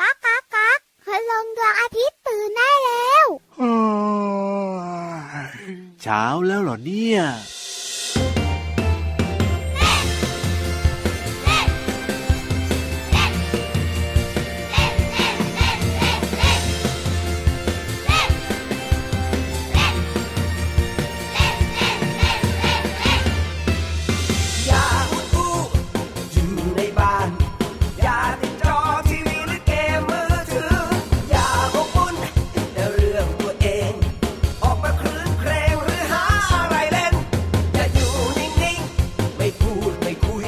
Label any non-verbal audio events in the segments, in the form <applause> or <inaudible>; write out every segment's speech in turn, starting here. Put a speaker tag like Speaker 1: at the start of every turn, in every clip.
Speaker 1: ก๊ากก๊ากก๊ากคืนลงดวงอาทิตย์ตื่นได้แล้ว
Speaker 2: เช้าแล้วเหรอเนี่ย
Speaker 3: อย่าอุดอู้อยู่ในบ้าน อย่าติดจอทีวีหรือเกมมือถือ อย่าบกมุ่นแต่เรื่องตัวเอง ออกมาคลื่นเครงหรือหาอะไรเล่น อย่าอยู่นิ่งๆ ไม่พูดไม่คุย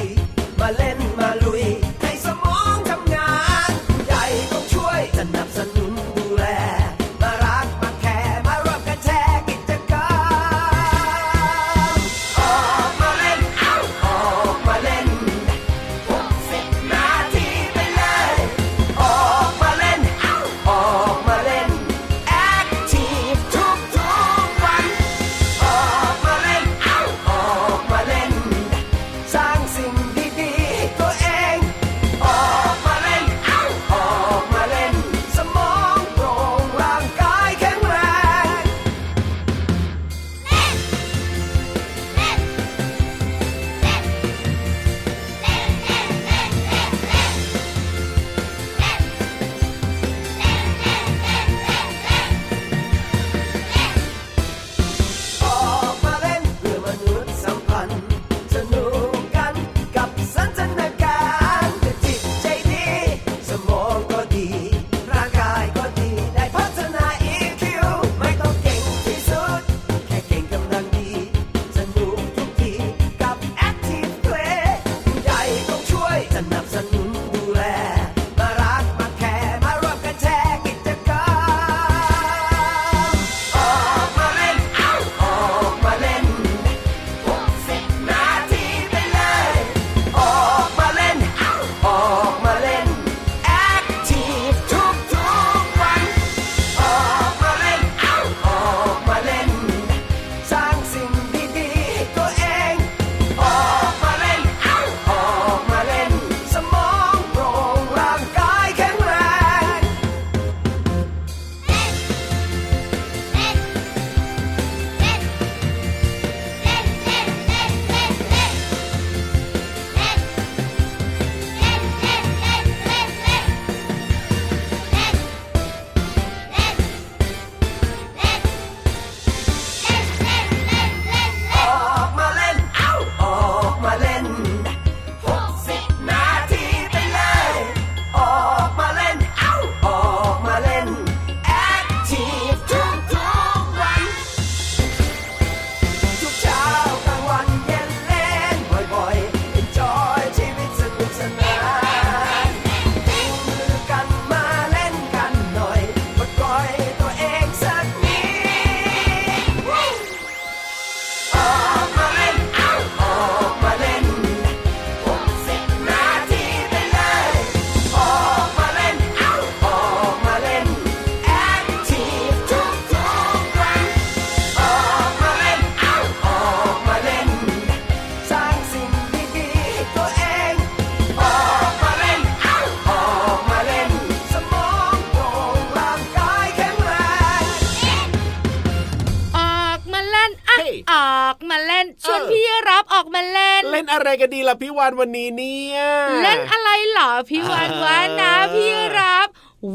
Speaker 3: มาเล่นมาลุย ให้สมองทำงานผู้ใหญ่ต้องช่วยสนับสนุนดูแล มารักมาแคร์มาร่วมกันแชร์กิจกรรม ออกมาเล่น เอ้า ออกมาเล่น60นาทีไปเลย ออกมาเล่น เอ้า ออกมาเล่น Active ทุกทุกวัน ออกมาเล่น เอ้า ออกมาเล่น สร้างสิ่งดีๆให้ตัวเอง ออกมาเล่น เอ้า ออกมาเล่น สมองโปร่งร่างกายแข็งแรง ออกมาเล่นเพื่อมนุษย์สัมพันธ์ สนุกกันกับสันทนาการจะจิตใจดี สมองก็ดี ร่างกายก็ดี ได้พัฒนา EQ ไม่ต้องเก่งที่สุด แค่เก่งกำลังดี สนุกทุกที กับ Active Play ผู้ใหญ่ต้องช่วยสนับสนุนดูแล มารักมาแคร์มาร่วมกันแชร์กิจกรรม ออกมาเล่น เอ้า ออกมาเล่น60นาทีไปเลย ออกมาเล่น เอ้า ออกมาเล่น Active ทุกทุกวัน ออกมาเล่น เอ้า ออกมาเล่น สร้างสิ่งดีๆให้ตัวเอง ออกมาเล่น เอ้า ออกมาเล่น สมองโปร่งร่างกายแข็งแรง ออกมาเล่น เอ้า ออกมาเล่น 60 นาทีไปเลย ออกมาเล่น เอ้า ออกมาเล่น Active ทุกทุกๆวัน ทุกเช้ากลางวันเย็นเล่นบ่อยๆ Enjoy ชีวิตสนุกสนานจูงมือกันมาเล่นกันหน่อยปลดปล่อยตัวเองสักนิด ออกมาเล่น เอ้า ออกมาเล่น60นาทีไปเลย ออกมาเล่น เอ้า ออกมาเล่น Active ทุกทุกๆวัน ออกมาเล่น เอ้า ออกมาเล่น สร้างสิ่งดีๆให้ตัวเอง ออกมาเล่น เอ้า ออกมาเล่น สมองโปร่งร่างกายแข็งแรง
Speaker 4: ออกมาเล่นอ่ะ
Speaker 5: เฮ้ย
Speaker 4: ออกมาเล่น ชวน
Speaker 5: เออ
Speaker 4: พี่รับออกมาเล่น
Speaker 5: เล่นอะไรกันดีล่ะพี่วานวันนี้เนี่ย
Speaker 4: เล่นอะไรเหรอพี่วาน
Speaker 5: เออ
Speaker 4: วานะพี่รับ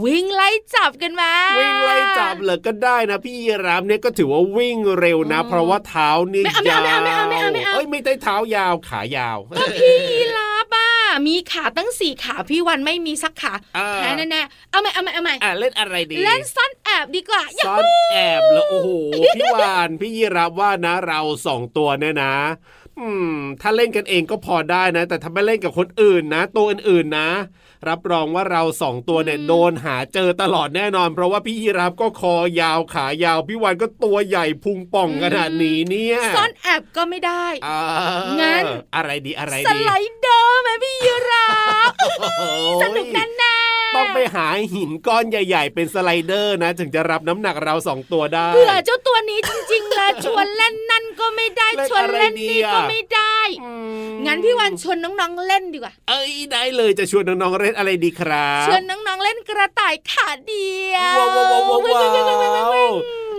Speaker 4: วิ่งไล่จับกันมา
Speaker 5: วิ่งไล่จับเหรอก็ได้นะพี่ยีรามเนี่ยก็ถือว่าวิ่งเร็วนะ เพราะว่าเท้านี่
Speaker 4: ไม่เอาไม่
Speaker 5: ยา
Speaker 4: เอา
Speaker 5: ว
Speaker 4: ไม่เอาไม่เอาไม่เอาไม่เอา
Speaker 5: เอ้ยไม่ได้เท้ายาวขายาว
Speaker 4: พี่รับอ่ะมีขาตั้งสี่ขาพี่วันไม่มีสักขา
Speaker 5: เออ
Speaker 4: แพ้แน่ๆเอาใหม่เอาใหม่เอาใหม่
Speaker 5: อ่ะเล่นอะไรดี
Speaker 4: เล่นซ่อนแอบดีกว่า
Speaker 5: ซ่อนแอบแล้วโอ้โห พี่วาน พี่ยีรับว่านะเราสองตัวเนี่ยนะ อืม ถ้าเล่นกันเองก็พอได้นะ แต่ถ้าไม่เล่นกับคนอื่นนะ ตัวอื่นๆนะ รับรองว่าเราสองตัวเนี่ยโดนหาเจอตลอดแน่นอน เพราะว่าพี่ยีรับก็คอยาวขายาว พี่วานก็ตัวใหญ่พุงป่องขนาดนี้เนี่ย
Speaker 4: ซ่อนแอบก็ไม่ได้
Speaker 5: อ่า
Speaker 4: งั้น
Speaker 5: อะไรดีอะไร
Speaker 4: ส
Speaker 5: ดี
Speaker 4: ไลเดอร์ไหมพี่ยีราฟ
Speaker 5: โอ้โห
Speaker 4: สนุกแน่ๆ
Speaker 5: ต้องไปหาหินก้อนใหญ่ ๆ เป็นสไลเดอร์นะ ถึงจะรับน้ำหนักเราสองตัวได้
Speaker 4: เผื่อเจ้าตัวนี้จริงๆแล้วชวนเล่นนั่น ก็ไม่ได้
Speaker 5: เล่น
Speaker 4: ชวนเล่น
Speaker 5: อะไรดี
Speaker 4: นี่
Speaker 5: อะ
Speaker 4: ก็ไม่ได้
Speaker 5: อืม
Speaker 4: งั้นพี่วันชวนน้องๆเล่นดีกว่า
Speaker 5: เอ้ยได้เลยจะชวนน้องๆเล่นอะไรดีครับ
Speaker 4: ชวนน้องๆเล่นกระต่ายขาเดียว
Speaker 5: ว้าวว้าวว้าวว้าว
Speaker 4: วิ่งๆๆๆๆๆ
Speaker 5: ว้าว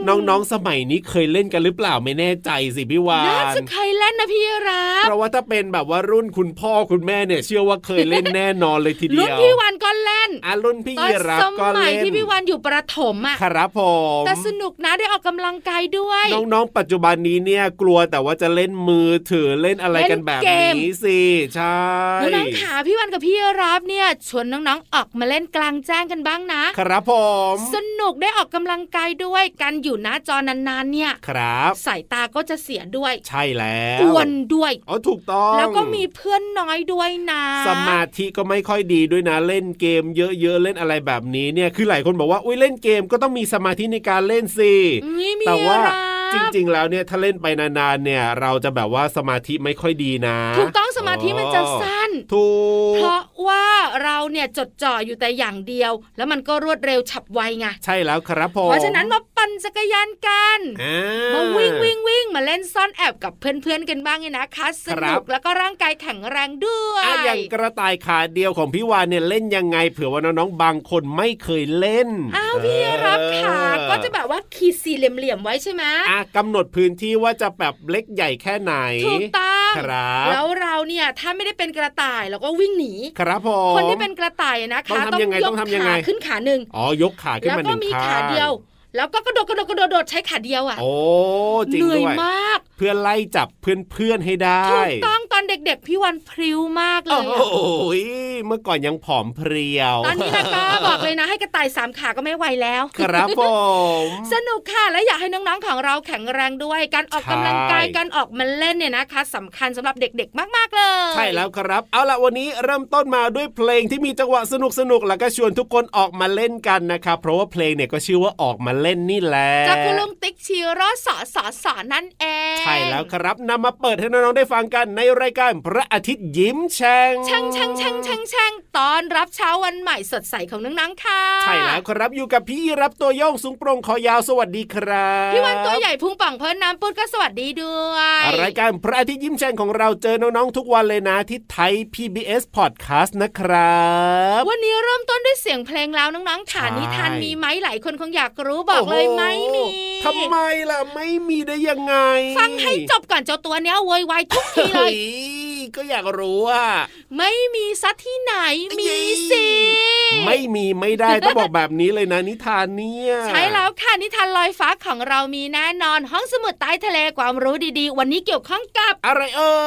Speaker 5: น้องๆสมัยนี้เคยเล่นกันหรือเปล่าไม่แน่ใจสิพี่วา
Speaker 4: น่าน จะเคยเล่นนะพี่รับ
Speaker 5: เพราะว่าถ้าเป็นแบบว่ารุ่นคุณพ่อคุณแม่เนี่ย เชื่อว่าเคยเล่นแน่นอนเลยทีเดียว
Speaker 4: รุ่นพี่วันก็เล่น
Speaker 5: อ่ะรุ่นพี่
Speaker 4: ตอน
Speaker 5: ยีรับ
Speaker 4: ส
Speaker 5: ก็
Speaker 4: มัย
Speaker 5: เล่น
Speaker 4: ที่พี่วันอยู่ประถมอ่ะ
Speaker 5: ครับผม
Speaker 4: แต่สนุกนะได้ออกกำลังกายด้วย
Speaker 5: น้องๆ ปัจจุบันนี้เนี่ยกลัวแต่ว่าจะเล่นมือถือเล่นอะไรกันแบบ
Speaker 4: เล่นเก
Speaker 5: นี้
Speaker 4: ม
Speaker 5: สิใช่
Speaker 4: น้องๆขาพี่วันกับพี่รับเนี่ยชวนน้องๆออกมาเล่นกลางแจ้งกันบ้างนะ
Speaker 5: ครับผม
Speaker 4: สนุกได้ออกกำลังกายด้วยการอยู่หน้าจอนานๆ เนี่ย
Speaker 5: ครับ
Speaker 4: สายตาก็จะเสียด้วย
Speaker 5: ใช่แล้ว
Speaker 4: อ้วนด้วย
Speaker 5: อ๋อถูกต้อง
Speaker 4: แล้วก็มีเพื่อนน้อยด้วยนะ
Speaker 5: สมาธิก็ไม่ค่อยดีด้วยนะเล่นเกมเยอะๆเล่นอะไรแบบนี้เนี่ยคือหลายคนบอกว่าอุ้ยเล่นเกมก็ต้องมีสมาธิในการเล่นสิ
Speaker 4: อุ๊ยมี
Speaker 5: แต่ว่า
Speaker 4: รับ
Speaker 5: จริงๆ แล้วเนี่ยถ้าเล่นไปนานๆ เนี่ย เราจะแบบว่าสมาธิไม่ค่อยดีนะ
Speaker 4: ถูกต้องสมาธิมันจะสั้น
Speaker 5: ถูก
Speaker 4: เพราะว่าเราเนี่ยจดจ่ออยู่แต่อย่างเดียว แล้วมันก็รวดเร็วฉับไวไง
Speaker 5: ใช่แล้วครับผม
Speaker 4: เพราะฉะนั้นมาปั่นจักรยานกัน
Speaker 5: อ่
Speaker 4: มาวิ่งวิ่งวิ่งมาเล่นซ่อนแอบกับเพื่อนๆกันบ้างเนี่ยนะคะสนุกแล้วก็ร่างกายแข็งแรงด้วย
Speaker 5: อ่ะอย่างกระต่ายขาเดียวของพี่วานเนี่ยเล่นยังไงเผื่อว่าน้องๆ บางคนไม่เคยเล่น
Speaker 4: อ้าวพี่รับขา
Speaker 5: เออ
Speaker 4: ก็จะแบบว่าขีดสี่เหลี่ยมๆไว้ใช่ไหม
Speaker 5: อ่ะกำหนดพื้นที่ว่าจะแบบเล็กใหญ่แค่ไหน
Speaker 4: ถูกต้อง
Speaker 5: ครับ
Speaker 4: แล้วเราเนี่ยถ้าไม่ได้เป็นกระต่ายเราก็วิ่งหนี
Speaker 5: ครับผม
Speaker 4: คนที่เป็นกระต่ายอะนะคะ
Speaker 5: ต้องทำยังไง
Speaker 4: ยก
Speaker 5: ต้องทำยังไง
Speaker 4: ขาขึ้นขาหนึ่ง
Speaker 5: อ๋อยกขาขึ้น
Speaker 4: แล้ว
Speaker 5: มาห
Speaker 4: ก็
Speaker 5: นึ่ง
Speaker 4: มี
Speaker 5: ข้
Speaker 4: ขางเดียว แล้วก็กระโดดกระโดดกระโดดกระโดดใช้ขาเดียวอ่ะ
Speaker 5: โอ้จริง
Speaker 4: เหนื่อย
Speaker 5: ด้วย
Speaker 4: มาก
Speaker 5: เพื่อไล่จับเพื่อนๆให้ได้
Speaker 4: ถูกต้องตอนเด็กๆพี่วันพริ้วมากเล
Speaker 5: โอ้
Speaker 4: ย
Speaker 5: โห
Speaker 4: อะ
Speaker 5: เมื่อก่อนยังผอมเพรียว
Speaker 4: ตอนนี้นะคะบอกเลยนะให้กระต่ายสามขาก็ไม่ไหวแล้ว
Speaker 5: ครับผม
Speaker 4: สนุกค่ะและอยากให้น้องๆของเราแข็งแรงด้วย การออก
Speaker 5: ใช่
Speaker 4: กำลังกายการออกมาเล่นเนี่ยนะคะสำคัญสำหรับเด็กๆ มากๆเลย
Speaker 5: ใช่แล้วครับ เอาล่ะวันนี้เริ่มต้นมาด้วยเพลงที่มีจังหวะสนุกสนุกๆแล้วก็ชวนทุกคนออกมาเล่นกันนะครับ เพราะว่าเพลงเนี่ยก็ชื่อว่าออกมาเล่นนี่แหละ
Speaker 4: จากคุณลุงติ๊กชีโรสอสอสอนั่นเอง
Speaker 5: ใช่แล้วครับนำมาเปิดให้น้องๆได้ฟังกันในรายการพระอาทิตย์ยิ้มแฉ่ง
Speaker 4: ช่างช่างช่างช่างช่างตอนรับเช้าวันใหม่สดใสของน้องๆค่ะ
Speaker 5: ใช่แล้วครับอยู่กับพี่รับตัวโยงสูงโปรงคอยาวสวัสดีครับ
Speaker 4: พี่วันตัวใหญ่พุงป่องเพิ่นน้ำปุดก็สวัสดีด้วย
Speaker 5: รายการพระอาทิตย์ยิ้มแฉ่งของเราเจอน้องๆทุกวันเลยนะที่ไทย PBS Podcast นะครับ
Speaker 4: วันนี้เริ่มต้นด้วยเสียงเพลงแล้วน้องๆค่ะ
Speaker 5: ใช่
Speaker 4: นิทานมีไหมหลายคนคงอยากรู้บอกเลยไหมมี
Speaker 5: โอ้โหทำไมล่ะ ไม่มีได้ยังไง
Speaker 4: ฟังให้จบก่อนเจ้าตัวเนี้ยโวยวายทุกทีเล
Speaker 5: เฮ้
Speaker 4: ย
Speaker 5: ยก็อยากรู้ว่า
Speaker 4: ไม่มีซัที่ไหนมี
Speaker 5: เย้
Speaker 4: สิ
Speaker 5: ไม่มีไม่ได้ ต้องบอกแบบนี้เลยนะ นิทานเนี่ย
Speaker 4: ใช่แล้วค่ะนิทานลอยฟ้าของเรามีแน่นอนห้องสมุดใต้ทะเลความรู้ดีๆ วันนี้เกี่ยวข้องกับ
Speaker 5: อะไรเอ่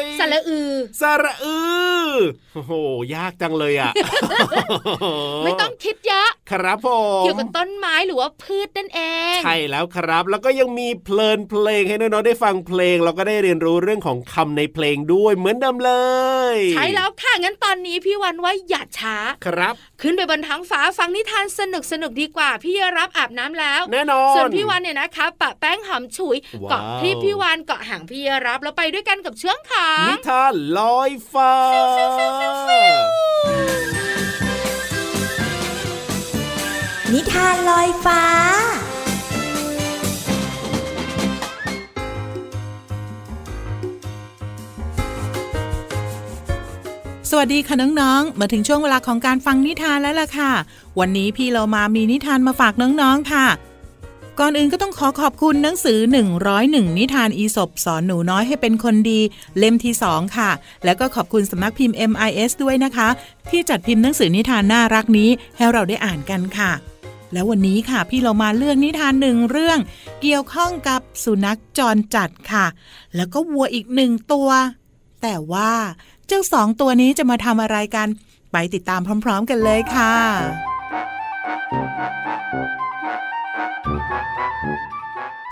Speaker 5: ย
Speaker 4: สระอือ
Speaker 5: สระอือโอ้โห ยากจังเลยอ่ะ
Speaker 4: ไม่ต้องคิดเยอะ
Speaker 5: ครับผม
Speaker 4: เกี่ยวกับต้นไม้หรือว่าพืชนั่นเอง
Speaker 5: ใช่แล้วครับ แล้วก็ยังมีเพลินเพลงให้น้องๆได้ฟังเพลง แล้วก็ได้เรียนรู้เรื่องของคำในเพลงด้วยเหมือนเดิมเลย
Speaker 4: ใช่แล้วค่ะ งั้นตอนนี้พี่วันว่าอย่าช้า
Speaker 5: ครับ
Speaker 4: ขึ้นไปบนท้องฟ้าฟังนิทานสนุกสนุกๆดีกว่า พี่รับอาบน้ำแล้ว
Speaker 5: แน่นอน
Speaker 4: ส่วนพี่วันเนี่ยนะคะปะแป้งหอมฉุย
Speaker 5: ว้าว
Speaker 4: เกาะคลิปพี่วันเกาะหางพี่รับแล้วไปด้วยกันกับเชืองขา
Speaker 5: นิทานลอยฟ้า
Speaker 6: นิทานลอยฟ้า
Speaker 7: สวัสดีค่ะน้องๆ มาถึงช่วงเวลาของการฟังนิทานแล้วล่ะค่ะ วันนี้พี่เรามามีนิทานมาฝากน้องๆ ค่ะ ก่อนอื่นก็ต้องขอขอบคุณหนังสือ 101 นิทานอีสบสอนหนูน้อยให้เป็นคนดี เล่มที่ 2 ค่ะ แล้วก็ขอบคุณสำนักพิมพ์ MIS ด้วยนะคะ ที่จัดพิมพ์หนังสือนิทานน่ารักนี้ให้เราได้อ่านกันค่ะ แล้ววันนี้ค่ะ พี่เรามาเลือกนิทานหนึ่งเรื่อง เกี่ยวข้องกับสุนัขจรจัดค่ะ แล้วก็วัวอีกหนึ่งตัว แต่ว่าเจ้าสองตัวนี้จะมาทำอะไรกัน ไปติดตามพร้อม ๆ กันเลยค่ะ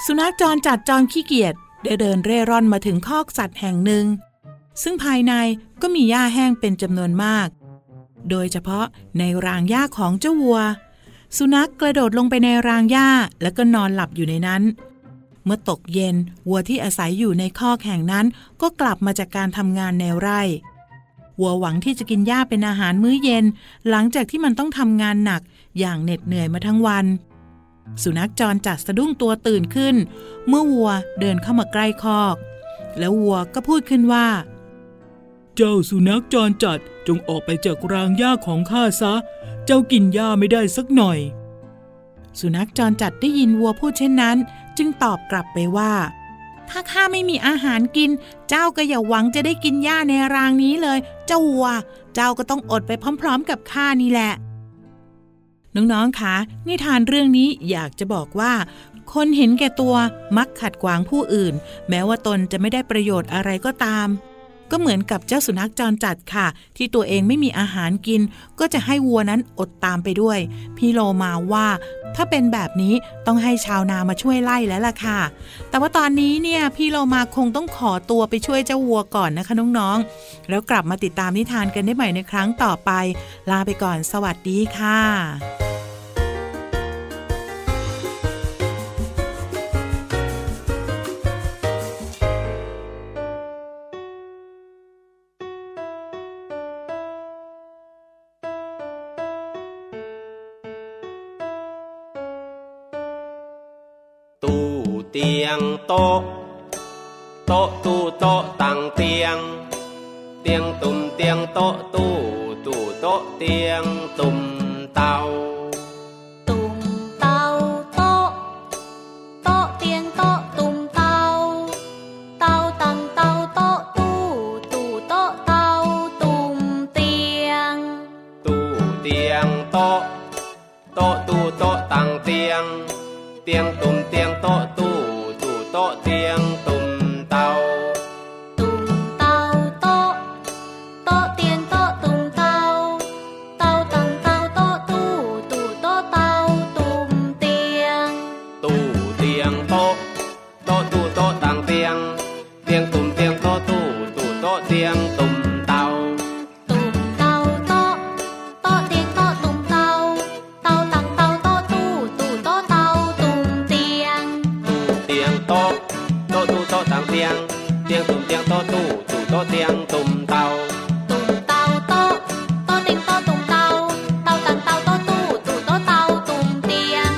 Speaker 7: สุนัขจรจัดจอมขี้เกียจได้เดินเร่ร่อนมาถึงคอกสัตว์แห่งหนึ่ง ซึ่งภายในก็มีหญ้าแห้งเป็นจำนวนมาก โดยเฉพาะในรางหญ้าของเจ้าวัว สุนัขกระโดดลงไปในรางหญ้าแล้วก็นอนหลับอยู่ในนั้น เมื่อตกเย็นวัวที่อาศัยอยู่ในคอกแห่งนั้น ก็กลับมาจากการทำงานในไร่ วัวหวังที่จะกินหญ้าเป็นอาหารมื้อเย็น หลังจากที่มันต้องทำงานหนักอย่างเหน็ดเหนื่อยมาทั้งวัน สุนัขจรจัดสะดุ้งตัวตื่นขึ้น เมื่อวัวเดินเข้ามาใกล้คอก แล้ววัวก็พูดขึ้นว่า
Speaker 8: เจ้าสุนัขจรจัดจงออกไปจากรางหญ้าของข้าซะ เจ้ากินหญ้าไม่ได้สักหน่อย
Speaker 7: สุนัขจรจัดได้ยินวัวพูดเช่นนั้น จึงตอบกลับไปว่า ถ้าข้าไม่มีอาหารกิน เจ้าก็อย่าหวังจะได้กินหญ้าในรางนี้เลย เจ้าวัว เจ้าก็ต้องอดไปพร้อม ๆ กับข้านี่แหละ น้องๆคะนิทานเรื่องนี้อยากจะบอกว่า คนเห็นแก่ตัวมักขัดขวางผู้อื่น แม้ว่าตนจะไม่ได้ประโยชน์อะไรก็ตาม ก็เหมือนกับเจ้าสุนัขจรจัดค่ะ ที่ตัวเองไม่มีอาหารกิน ก็จะให้วัวนั้นอดตามไปด้วย พี่โลมาว่า ถ้าเป็นแบบนี้ต้องให้ชาวนามาช่วยไล่แล้วล่ะค่ะ แต่ว่าตอนนี้เนี่ยพี่โลมาคงต้องขอตัวไปช่วยเจ้าวัวก่อนนะคะน้องๆแล้วกลับมาติดตามนิทานกันได้ใหม่ในครั้งต่อไป ลาไปก่อนสวัสดีค่ะ
Speaker 9: ตู้เตียงโต๊ะ โต๊ะตู้โต๊ะตังเตียง เตียงตุ่มเตียงโต๊ะตู้ตู้โต๊ะเตียงตุ่มเตา
Speaker 10: ตุ่มเตาโต๊ะ โต๊ะเตียงโต๊ะตุ่มเตา เตาตังเตาโต๊ะตู้ตู้โต๊ะเตาตุ่มเตียง
Speaker 9: ตู้เตียงโต๊ะ โต๊ะตู้โต๊ะตังเตียง เตียงตุ่มเตียงโต๊ะตู้ตู้โต๊ะเตียงตุ่มเตา
Speaker 10: ตุ่มเตาโต๊ะ โต๊ะเตียงโต๊ะตุ่มเตา เตาตังเตาโต๊ะตู้ตู้โต๊ะเตาตุ่มเตียง
Speaker 9: ตู้เตียงโต๊ะโต๊ะตู้โต๊ะต่างเตียง เตียงตุ่มเตียงโต๊ะตู้ตู้โต๊ะเตียงตุ่มเตา
Speaker 10: ตุ่มเตาโต๊ะ โต๊ะเตียงโต๊ะตุ่มเตา เตาตังเตาโต๊ะตู้ตู้โต๊ะเตาตุ่มเตียง
Speaker 9: เตียงโต๊ะโต๊ะตู้โต๊ะต่างเตียง เตียงตุ่มเตียงโต๊ะตู้ตู้โต๊ะเตียงตุ่มเตา
Speaker 10: ตุ่มเตาโต๊ะ โต๊ะเตียงโต๊ะตุ่มเตา เตาตังเตาโต๊ะตู้ตู้โต๊ะเตาตุ่มเตียง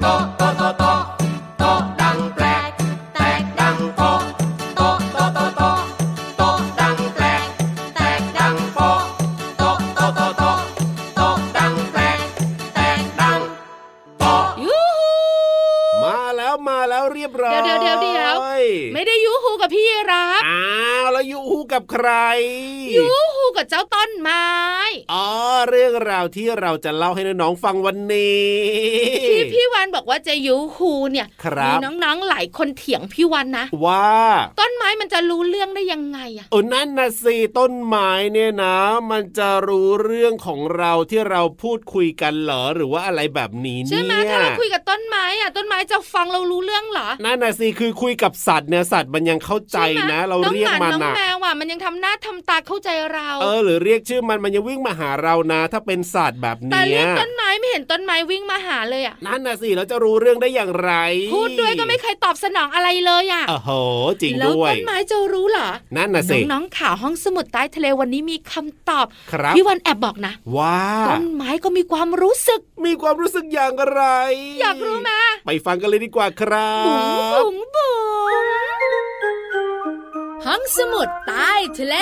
Speaker 9: โต๊ะโต๊ะโต๊ะโต๊ะโต๊ะดังแปลก แตกดังโป๊ะโต๊ะโต๊ะโต๊ะโต๊ะโต๊ะดังแปลก แตกดังโป๊ะโต๊ะโต๊ะโต๊ะโต๊ะโต๊ะดังแปลก แตกดังโป๊ะ
Speaker 4: ยูฮู
Speaker 5: มาแล้วมาแล้วเรียบร้อย
Speaker 4: เดี๋ยวเดี๋ยวเดี๋ยว ไม่ได้ยูฮูกับพี่รับ
Speaker 5: อ้าวแล้วยูฮูกับใคร
Speaker 4: ยูฮูกับเจ้าต้นไม้
Speaker 5: อ๋อเรื่องราวที่เราจะเล่าให้น้องๆฟังวันนี้
Speaker 4: ที่พี่วันบอกว่าจะยูฮูเนี่ย
Speaker 5: ครับ
Speaker 4: มีน้องๆหลายคนเถียงพี่วันนะ
Speaker 5: ว่า
Speaker 4: ต้นไม้มันจะรู้เรื่องได้ยังไงอะ
Speaker 5: เออนั่นนะสิต้นไม้เนี่ยนะ มันจะรู้เรื่องของเราที่เราพูดคุยกันเหรอหรือว่าอะไรแบบนี้
Speaker 4: ใช่
Speaker 5: เนี่ย
Speaker 4: ไหมถ้าเราคุยกับต้นไม้อะต้นไม้จะฟังเรารู้เรื่องเหรอ
Speaker 5: นั่นนะสิคือคุยกับสัตว์เนี่ยสัตว์มันยังเข้าใจ
Speaker 4: ช่ไหม
Speaker 5: นะ เราเรียกมัน
Speaker 4: น้องหมาน้อง
Speaker 5: นะ
Speaker 4: แมวอะมันยังทำหน้าทำตาเข้าใจเรา
Speaker 5: เออหรือเรียกชื่อมันมันยังวิ่งมาหาเรานะ ถ้าเป็นสัตว์แบบ
Speaker 4: แต่
Speaker 5: เนี้
Speaker 4: เรี
Speaker 5: ย
Speaker 4: ยกต้นไม้ไม่เห็นต้นไม้วิ่งมาหาเลยอะ
Speaker 5: นั่นนะสิเราจะรู้เรื่องได้อย่างไร
Speaker 4: พูดด้วยก็ไม่เคยตอบสนองอะไรเลยอะ
Speaker 5: โอ้โหจริง
Speaker 4: แล้ว
Speaker 5: ด้วย
Speaker 4: ต้นไม้จะรู้เหรอ
Speaker 5: นั่นนะสิ
Speaker 4: น้องๆข่าวห้องสมุดใต้ทะเลวันนี้มีคำตอบ
Speaker 5: ครับ
Speaker 4: พี่วันแอบบอกนะ
Speaker 5: ว่า
Speaker 4: ต้นไม้ก็มีความรู้สึก
Speaker 5: มีความรู้สึกอย่างไร
Speaker 4: อยากรู้ไหม
Speaker 5: ไปฟังกันเลยดีกว่าครั
Speaker 4: บุ๋ม
Speaker 5: บ
Speaker 4: บุ๋มบุ๋มห้องสมุดใต้ทะเล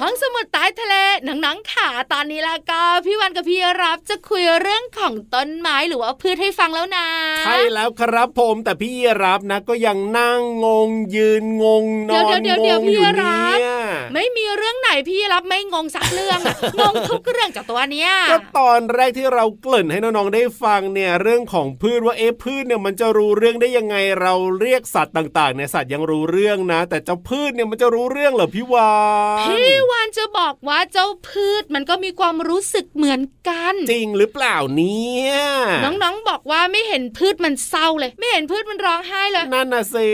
Speaker 4: ห้องสมุดใต้ทะเลหนังๆขาตอนนี้ละก็พี่วันกับพี่รับจะคุยเรื่องของต้นไม้หรือว่าพืชให้ฟังแล้วนะ
Speaker 5: ใช่แล้วครับผมแต่พี่ยีรับนะ ก็ยังนั่งงงยืนงงนอน
Speaker 4: เดี๋ยว
Speaker 5: ง
Speaker 4: เดี๋ยว
Speaker 5: ง
Speaker 4: เดี๋ยวพี่
Speaker 5: อยู่
Speaker 4: รับ
Speaker 5: เนี่ย
Speaker 4: ไม่มีเรื่องไหนพี่รับไม่งงสักเรื่อง
Speaker 5: <laughs>
Speaker 4: อะ งงทุกเรื่องจากตัวเนี้ย
Speaker 5: ก็ตอนแรกที่เราเกริ่นให้น้องๆได้ฟังเนี่ยเรื่องของพืชว่าเอ๊ะพืชเนี่ยมันจะรู้เรื่องได้ยังไงเราเรียกสัตว์ต่างๆเนี่ยสัตว์ยังรู้เรื่องนะ แต่เจ้าพืชเนี่ยมันจะรู้เรื่องเหรอพี่วาน
Speaker 4: พี่ วานจะบอกว่าเจ้าพืชมันก็มีความรู้สึกเหมือนกัน
Speaker 5: จริงหรือเปล่าเนี่ย
Speaker 4: น้องๆบอกว่าไม่เห็นพืชมันเศร้าเลย ไม่เห็นพืชมันร้องไห้เลย
Speaker 5: นั่นน่ะสิ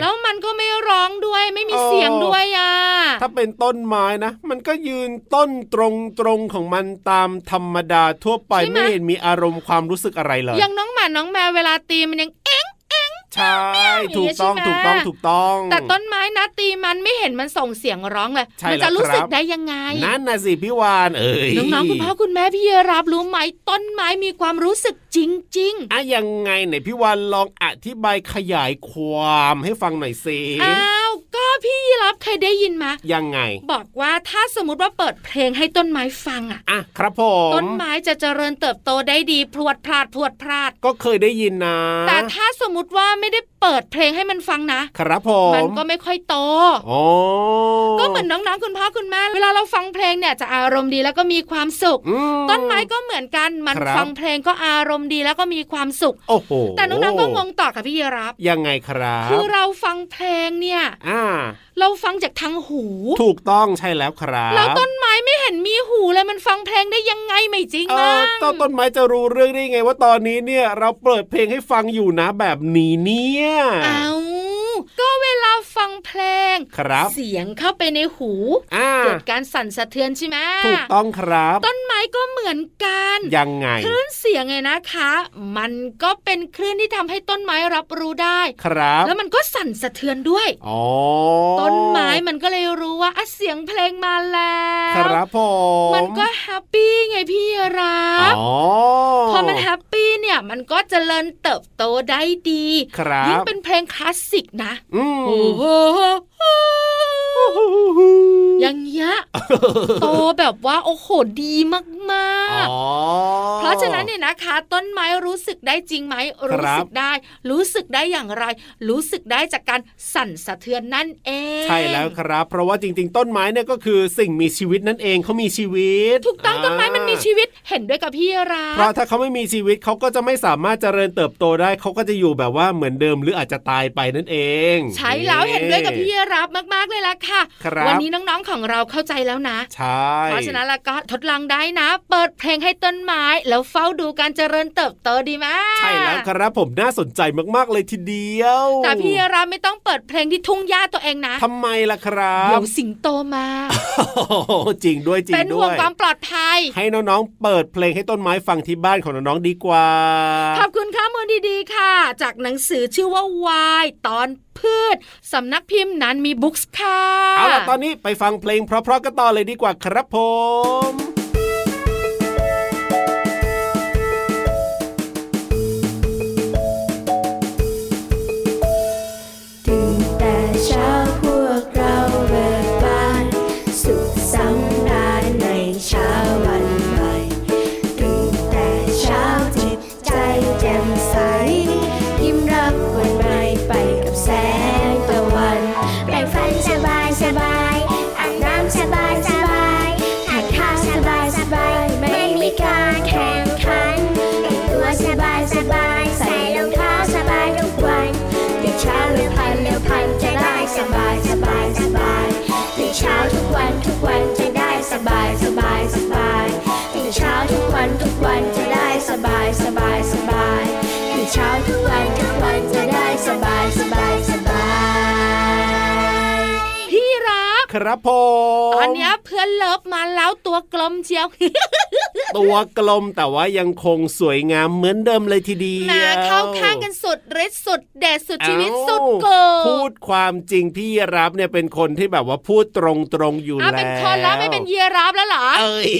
Speaker 4: แล้วมันก็ไม่ร้องด้วยไม่มีเสียงด้วยอ่ะ
Speaker 5: ถ้าเป็นต้นไม้นะ มันก็ยืนต้นตรงตรงของมันตามธรรมดาทั่วไปไม่เห็นมีอารมณ์ความรู้สึกอะไรเลย
Speaker 4: อย่างน้องหมาน้องแมวเวลาตีมันยังเอ๊งเอ๊ง
Speaker 5: ใช่ถูกต้องถูกต้องถูกต้อง
Speaker 4: แต่ต้นไม้นะตีมันไม่เห็นมันส่งเสียงร้องเลยมันจะรู้สึกได้ยังไง
Speaker 5: นั่นนะสิพี่วานเอ๋ย
Speaker 4: น้องๆคุณพ่อคุณแม่พี่รับรู้ไหมต้นไม้มีความรู้สึกจริง
Speaker 5: ๆอ่ะยังไงไหนพี่วานลองอธิบายขยายความให้ฟังหน่อยสิ
Speaker 4: อ้าวก็พี่รับเคยได้ยินมา
Speaker 5: ยังไง
Speaker 4: บอกว่าถ้าสมมติว่าเปิดเพลงให้ต้นไม้ฟังอ่ะ
Speaker 5: อ่ะครับผม
Speaker 4: ต้นไม้จะเจริญเติบโตได้ดีพรวดพลาดพรวดพลาด
Speaker 5: ก็เคยได้ยินนะ
Speaker 4: แต่ถ้าสมมติว่าไม่ได้เปิดเพลงให้มันฟังนะ
Speaker 5: ครับผม
Speaker 4: มันก็ไม่ค่อยโตก็เหมือนน้องๆคุณพ่อคุณแม่เวลาเราฟังเพลงเนี่ยจะอารมณ์ดีแล้วก็มีความสุข ต้นไม้ก็เหมือนกันมันฟังเพลงก็อารมณ์ดีแล้วก็มีความสุข
Speaker 5: โอ้โห
Speaker 4: แต่น้องๆก็งงต่อค่ะพี่รับ
Speaker 5: ยังไงครับ
Speaker 4: คือเราฟังเพลงเนี่ย
Speaker 5: อ่า
Speaker 4: เราฟังจากทางหู
Speaker 5: ถูกต้องใช่แล้วครับ
Speaker 4: แล้วต้นไม้ไม่เห็นมีหูเลยมันฟังเพลงได้ยังไงไม่จริงมั้
Speaker 5: งต้นต้นไม้จะรู้เรื่องได้ไงว่าตอนนี้เนี่ย เราเปิดเพลงให้ฟังอยู่นะแบบนี้เนี่ย
Speaker 4: เอาก็เวลาฟังเพลง
Speaker 5: ครับ
Speaker 4: เสียงเข้าไปในหูเกิดการสั่นสะเทือนใช่ไหม
Speaker 5: ถูกต้องครับ
Speaker 4: ต้นไม้ก็เหมือนกัน
Speaker 5: ยังไง
Speaker 4: คลื่นเสียงไงนะคะ มันก็เป็นคลื่นที่ทำให้ต้นไม้รับรู้ได้
Speaker 5: ครับ แล้ว
Speaker 4: มันก็สั่นสะเทือนด้วย
Speaker 5: อ๋อ
Speaker 4: ต้นไม้มันก็เลยรู้ว่าเสียงเพลงมาแล้ว
Speaker 5: ครับผม
Speaker 4: มันก็แฮปปี้ไงพี่รับอ๋อพอมันแฮปปี้เนี่ยมันก็จเจริญเติบโตได้ดี
Speaker 5: ครับ
Speaker 4: ยิ่งเป็นเพลงคลาสสิกนะ
Speaker 5: อื
Speaker 4: โอ้โหอย่างเงี้ย
Speaker 5: <laughs>
Speaker 4: โตแบบว่าโอ้โหดีมากๆ เพราะฉะนั้นเนี่ยนะคะ ต้นไม้รู้สึกได้จริงไหมรู้สึกได้ รู้สึกได้อย่างไร รู้สึกได้จากการสั่นสะเทือนนั่นเอง
Speaker 5: ใช่แล้วครับ เพราะว่าจริง ๆ ต้นไม้เนี่ยก็คือสิ่งมีชีวิตนั่นเองเขามีชีวิต
Speaker 4: ถูกต้องต้นไม้มันมีชีวิตเห็นด้วยกับพี่รา
Speaker 5: เพราะถ้าเขาไม่มีชีวิตเขาก็จะไม่สามารถเจริญเติบโตได้เขาก็จะอยู่แบบว่าเหมือนเดิมหรืออาจจะตายไปนั่นเอง
Speaker 4: ใช่แล้วเห็นด้วยกับพี่รับมากๆเลยล่ะค่ะวันนี้น้องๆของเราเข้าใจแล้วนะ
Speaker 5: ใช่
Speaker 4: เพราะฉะนั้นล่ะก็ทดลองได้นะ เปิดเพลงให้ต้นไม้ แล้วเฝ้าดูการเจริญเติบโตดีไหม
Speaker 5: ใช่แล้วครับผมน่าสนใจมากๆเลยทีเดียว
Speaker 4: แต่พี่รับไม่ต้องเปิดเพลงที่ทุ่งหญ้าตัวเองนะ
Speaker 5: ทำไมล่ะครับ
Speaker 4: เดี๋ยวสิงโตมา
Speaker 5: จริงด้วยจริงด้วยเป็น
Speaker 4: ห่วงความปลอดภัย
Speaker 5: ให้น้องๆเปิดเพลงให้ต้นไม้ฟังที่บ้านของน้องๆดีกว่า
Speaker 4: ขอบคุณข้ามูลดีๆค่ะ จากหนังสือชื่อว่าวายตอนพืชสำนักพิมพ์นั้นมีบุ๊กส์ค่ะ
Speaker 5: เอาล่ะ ตอนนี้ไปฟังเพลงเพราะๆกันต่อเลยดีกว่าครับผมครับผม
Speaker 4: อันนี้เพื่อนเลิฟมาแล้วตัวกลมเชียว <laughs>
Speaker 5: ตัวกลมแต่ว่ายังคงสวยงามเหมือนเดิมเลยทีเดียว
Speaker 4: นาเข้าข้างกันสุดฤทธิ์สุดเด็ดสุดชีวิตสุดโก
Speaker 5: พูดความจริงพี่รับเนี่ยเป็นคนที่แบบว่าพูดตรงตรงอยู่แล้ว
Speaker 4: เป็นคนแล้วไม่เป็นเยียรับแล้วหรอ
Speaker 5: เอ้ย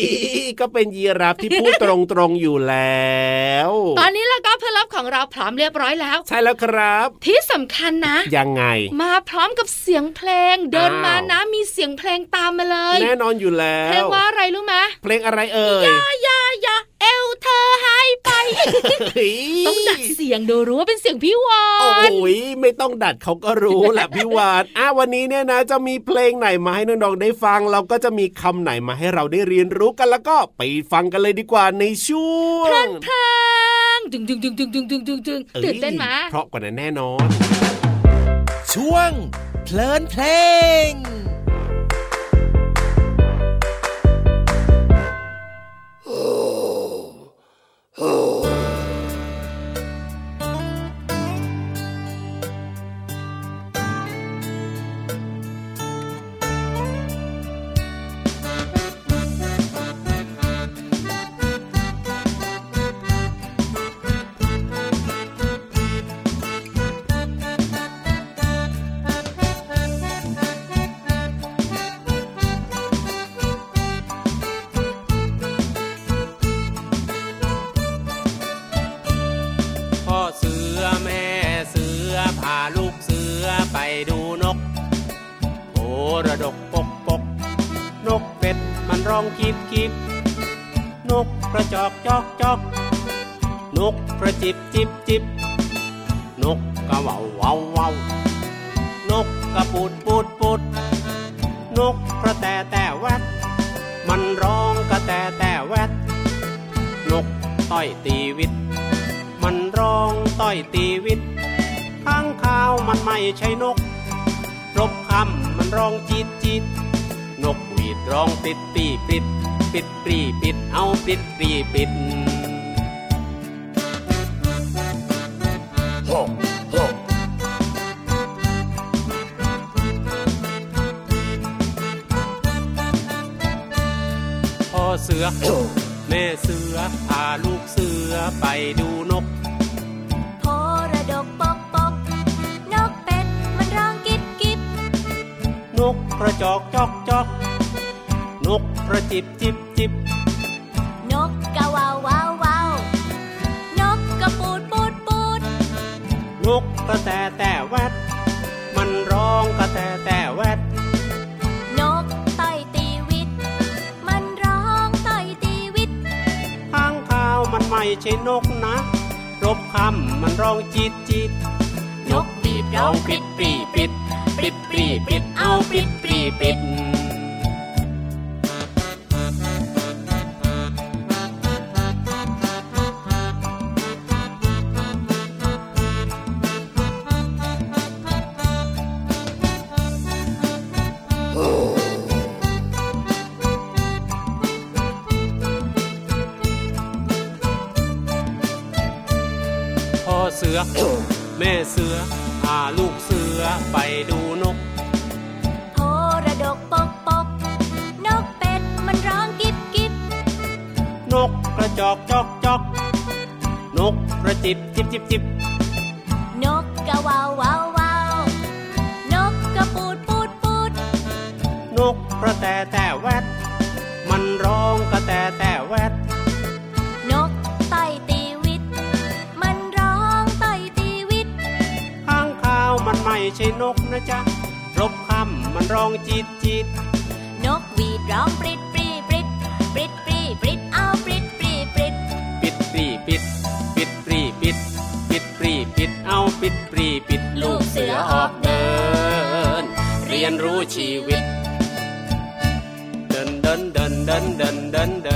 Speaker 5: ก็เป็นเยียรับที่พูดตรงตรงอยู่แล้ว
Speaker 4: ตอนนี้แล้วก็เพื่อนรับของเราพร้อมเรียบร้อยแล้ว
Speaker 5: ใช่แล้วครับ
Speaker 4: ที่สำคัญนะ
Speaker 5: ยังไง
Speaker 4: มาพร้อมกับเสียงเพลงเดินมานะมีเสียงเพลงตามมาเลย
Speaker 5: แน่นอนอยู่แล้ว
Speaker 4: เพลงว่าอะไรรู้ไหม
Speaker 5: เพลงอะไรเอ่ย
Speaker 4: ยายายาเอลเธอหายไป ต้องดัดเสียงดูรู้ว่าเป็นเสียงพี่วานโ
Speaker 5: อ้ยไม่ต้องดัดเขาก็รู้แหละพี่วานอ่ะวันนี้เนี่ยนะ จะมีเพลงไหนมาให้น้องๆได้ฟัง เราก็จะมีคำไหนมาให้เราได้เรียนรู้กันแล้วก็ไปฟังกันเลยดีกว่าในช่วง
Speaker 4: เพลงดึงดึงดึงดึงดึงดึงดึงดึงตื่นเต้นมา
Speaker 5: เพราะกว่านั้นแน่นอน
Speaker 11: ช่วงเพลินเพลง กเป็ดมันร้องกิบกิบนกกระจอกจอกจอกนกกระจิบจิบจิบนกกระเหว่าเหว่าเหว่านกกระปูดปูดปูดนกกระแตแต่แวดมันร้องกระแตแต่แวดนกต้อยตีวิต มันร้องต้อยตีวิตข้างข้าวมันไม่ใช่นก รบคำมันร้องจิตจิต นกหวีดร้องปิดปีปิด ปิดปรีปิดเอาปิดปรีปิด
Speaker 3: หกหก
Speaker 11: พ่อเสือ แม่เสือพาลูกเสือไปดูนก
Speaker 10: โพระดกปกปกนกเป็ดมันร้องกิบกิบ
Speaker 11: นกกระจอกจอกจอก นกกระจิบจิบจิบ
Speaker 10: นกกะว่าวว้าวว้าวนกกระปูดปูดปูด
Speaker 11: นกกระแตแต่แวด มันร้องกระแตแต่แวด
Speaker 10: นกไต่ตีวิต มันร้องไต่ตีวิต
Speaker 11: ข้างข้าวมันไม่ใช่นกนะ รบคำมันร้องจิตจิต นกปีบร้องปิดปีปิด ปิดปีปิดเอาปิดปีปิด พ่อเสือ แม่เสือพาลูกเสือไปดูนก
Speaker 10: โพระดกปกปกนกเป็ดมันร้องกิบกิบ
Speaker 11: นกกระจอกจอกจอก นกกระจิบจิบจิบจิบ
Speaker 10: นกกะว่าวว้าวว้าวนกกระปูดปูดปูด
Speaker 11: นกกระแตแต่แวด มันร้องกระแตแต่แวด
Speaker 10: นกไต่ตีวิต มันร้องไต่ตีวิต
Speaker 11: ข้างข้าวมันไม่ใช่นกนะจ๊ะ รบคำมันร้องจิตจิต
Speaker 10: นกหวีดร้องปริดปรีปริดปริดปรีปริดเอาปริดปรีปริด
Speaker 11: ปิดปรีปิด ปิดปรีปิด ปิดปรีปิดเอาปิดปรีปิดลูกเสือออกเดิน เรียนรู้ชีวิต เดินเดินเดินเดินเดินเดินเ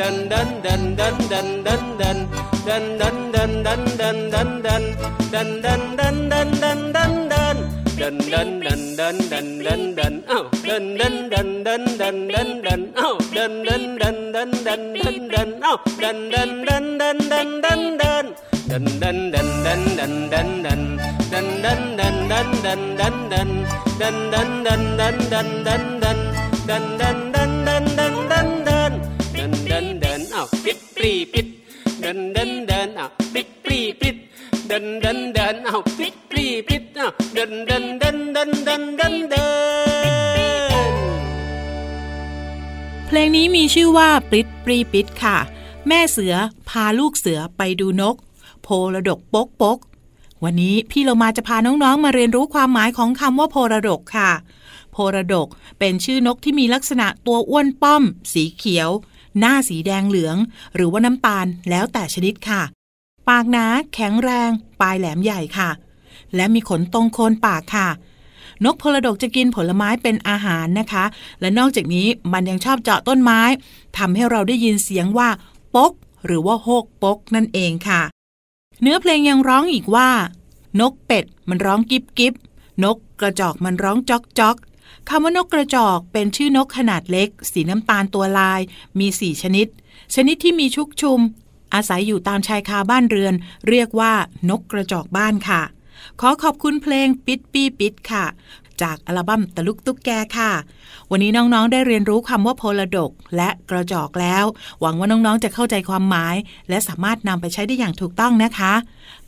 Speaker 11: ดินเดินเดินเดินเดินเดินเดินเดินเดินเดินเดินเดินเดินเดินเดินเดินเดินเดินเดินเดินเดินเดินเดินเดินเดินเดินเดินเดินเดินเอ้าเดินเดินเดินเดินเดินเดินเดินเอ้าเดินเดินเดินเดินเดินเดินเดินเอ้าเดินเดินเดินเดินเดินเดินเดิน ดันดันดันดันดันดันดันดันดันดันดันดันดันดันดันดันดันดันดันดันดันดันดันดันดันดันดันดันดันดันดันอ้าวปิดปรีปิดดันดันดันอ้าวปิดปรีปิดดันดันดันอ้าวปิดปรีปิดอ้าวดันดันดันดันดันดันดัน
Speaker 7: เพลงนี้มีชื่อว่าปริตปรีปิดค่ะ แม่เสือพาลูกเสือไปดูนก โพระดกปกปก วันนี้พี่เรามาจะพาน้องๆมาเรียนรู้ความหมายของคำว่าโพระดกค่ะ โพระดกเป็นชื่อนกที่มีลักษณะตัวอ้วนป้อม สีเขียว หน้าสีแดงเหลือง หรือว่าน้ำตาลแล้วแต่ชนิดค่ะ ปากหนาแข็งแรง ปลายแหลมใหญ่ค่ะ และมีขนตรงโคนปากค่ะ นกพลดกจะกินผลไม้เป็นอาหารนะคะ และนอกจากนี้มันยังชอบเจาะต้นไม้ทำให้เราได้ยินเสียงว่าปก หรือว่าโฮกปกนั่นเองค่ะ เนื้อเพลงยังร้องอีกว่า นกเป็ดมันร้องกิบกิบนกกระจอกมันร้องจอกจอกคำว่านกกระจอกเป็นชื่อนกขนาดเล็ก สีน้ำตาลตัวลาย มีสี่ชนิด ชนิดที่มีชุกชุม อาศัยอยู่ตามชายคาบ้านเรือน เรียกว่านกกระจอกบ้านค่ะ ขอขอบคุณเพลงปิดปีปิดค่ะ จากอัลบั้มตะลุกตุ๊กแกค่ะ วันนี้น้องๆได้เรียนรู้คำว่าโพลดกและกระจอกแล้ว หวังว่าน้องๆจะเข้าใจความหมาย และสามารถนำไปใช้ได้อย่างถูกต้องนะคะ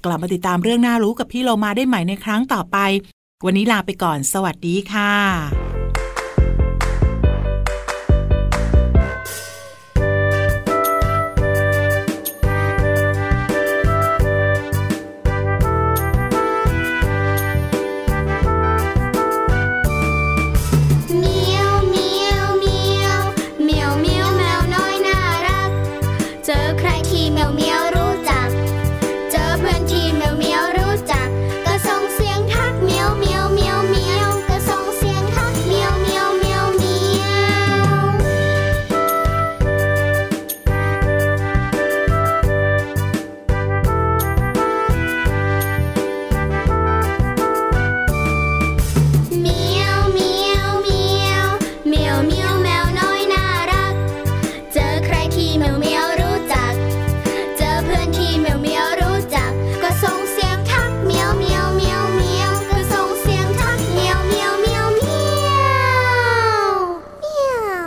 Speaker 7: กลับมาติดตามเรื่องน่ารู้กับพี่เรามาได้ใหม่ในครั้งต่อไป วันนี้ลาไปก่อน สวัสดีค่ะ
Speaker 1: เมียวเมียวเมียว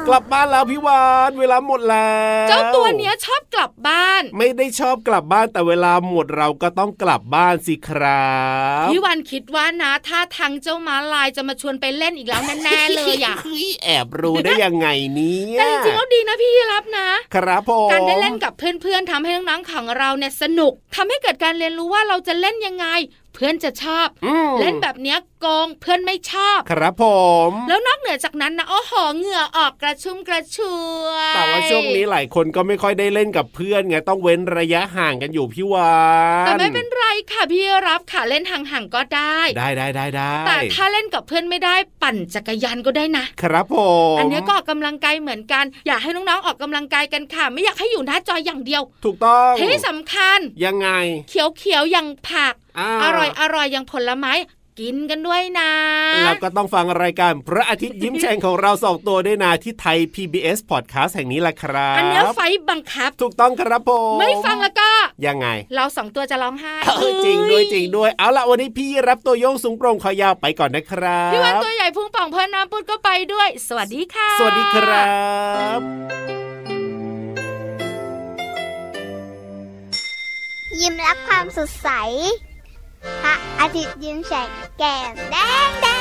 Speaker 5: กลับบ้านแล้วพี่วานเวลาหมดแล้ว
Speaker 4: เจ้าตัวเนี้ยชอบกลับบ้าน
Speaker 5: ไม่ได้ชอบกลับบ้านแต่เวลาหมดเราก็ต้องกลับบ้านสิครับ
Speaker 4: พี่วันคิดว่านะถ้าทางเจ้าม้าลายจะมาชวนไปเล่นอีกแล้วแน่ๆเลยอ่ะ
Speaker 5: แอบรู้ได้ยังไงเนี่ย
Speaker 4: แต่จริงๆแล้วดีนะพี่รับนะ
Speaker 5: ครับผม
Speaker 4: การได้เล่นกับเพื่อนๆทำให้น้องๆของเราเนี่ยสนุกทำให้เกิดการเรียนรู้ว่าเราจะเล่นยังไง เพื่อนจะชอบ
Speaker 5: อืม
Speaker 4: เล่นแบบเนี้ยโกงเพื่อนไม่ชอบ
Speaker 5: ครับผม
Speaker 4: แล้วนอกเหนือจากนั้นนะโอ้โหเหงื่อออกกระชุ่มกระชวย
Speaker 5: แต่ว่าช่วงนี้หลายคนก็ไม่ค่อยได้เล่นกับเพื่อนไงต้องเว้นระยะห่างกันอยู่พี่วาน
Speaker 4: แต่ไม่เป็นไรค่ะพี่รับค่ะเล่นห่างๆก็ได้
Speaker 5: ได้ได้ได้ได้
Speaker 4: แต่ถ้าเล่นกับเพื่อนไม่ได้ปั่นจักรยานก็ได้นะ
Speaker 5: ครับผม
Speaker 4: อันเนี้ยก็ออกกำลังกายเหมือนกัน อยากให้น้องๆออกกำลังกายกันค่ะ ไม่อยากให้อยู่หน้าจออย่างเดียว
Speaker 5: ถูกต้อง
Speaker 4: ที่สำคัญ
Speaker 5: ยังไง
Speaker 4: เขียวๆอย่างผัก
Speaker 5: อ่า
Speaker 4: อร่อยอร่อยอย่างผลไม้กินกันด้วยนะ
Speaker 5: เราก็ต้องฟังรายการพระอาทิตย์ยิ้มแฉ่งของเราสองตัวด้วยนาที่ไทย PBS Podcast แห่งนี้แหละครับ
Speaker 4: อันเนี้ยไฟบังคับ
Speaker 5: ถูกต้องครับผม
Speaker 4: ไม่ฟังแล้วก็
Speaker 5: ยังไง
Speaker 4: เราสองตัวจะร้องไห้
Speaker 5: เออจริงด้วยจริงด้วยเอาละวันนี้พี่รับตัวโยงสูงโปร่งคอยาวไปก่อนนะครับ
Speaker 4: พี่วันตัวใหญ่พุ่งป่องเพื่อนน้ำปุดก็ไปด้วย สวัสดีค่ะ
Speaker 5: สวัสดีครับ
Speaker 1: ยิ้มรับความสดใส พระอาทิตย์ยิ้มแฉกแก้มแดงแดง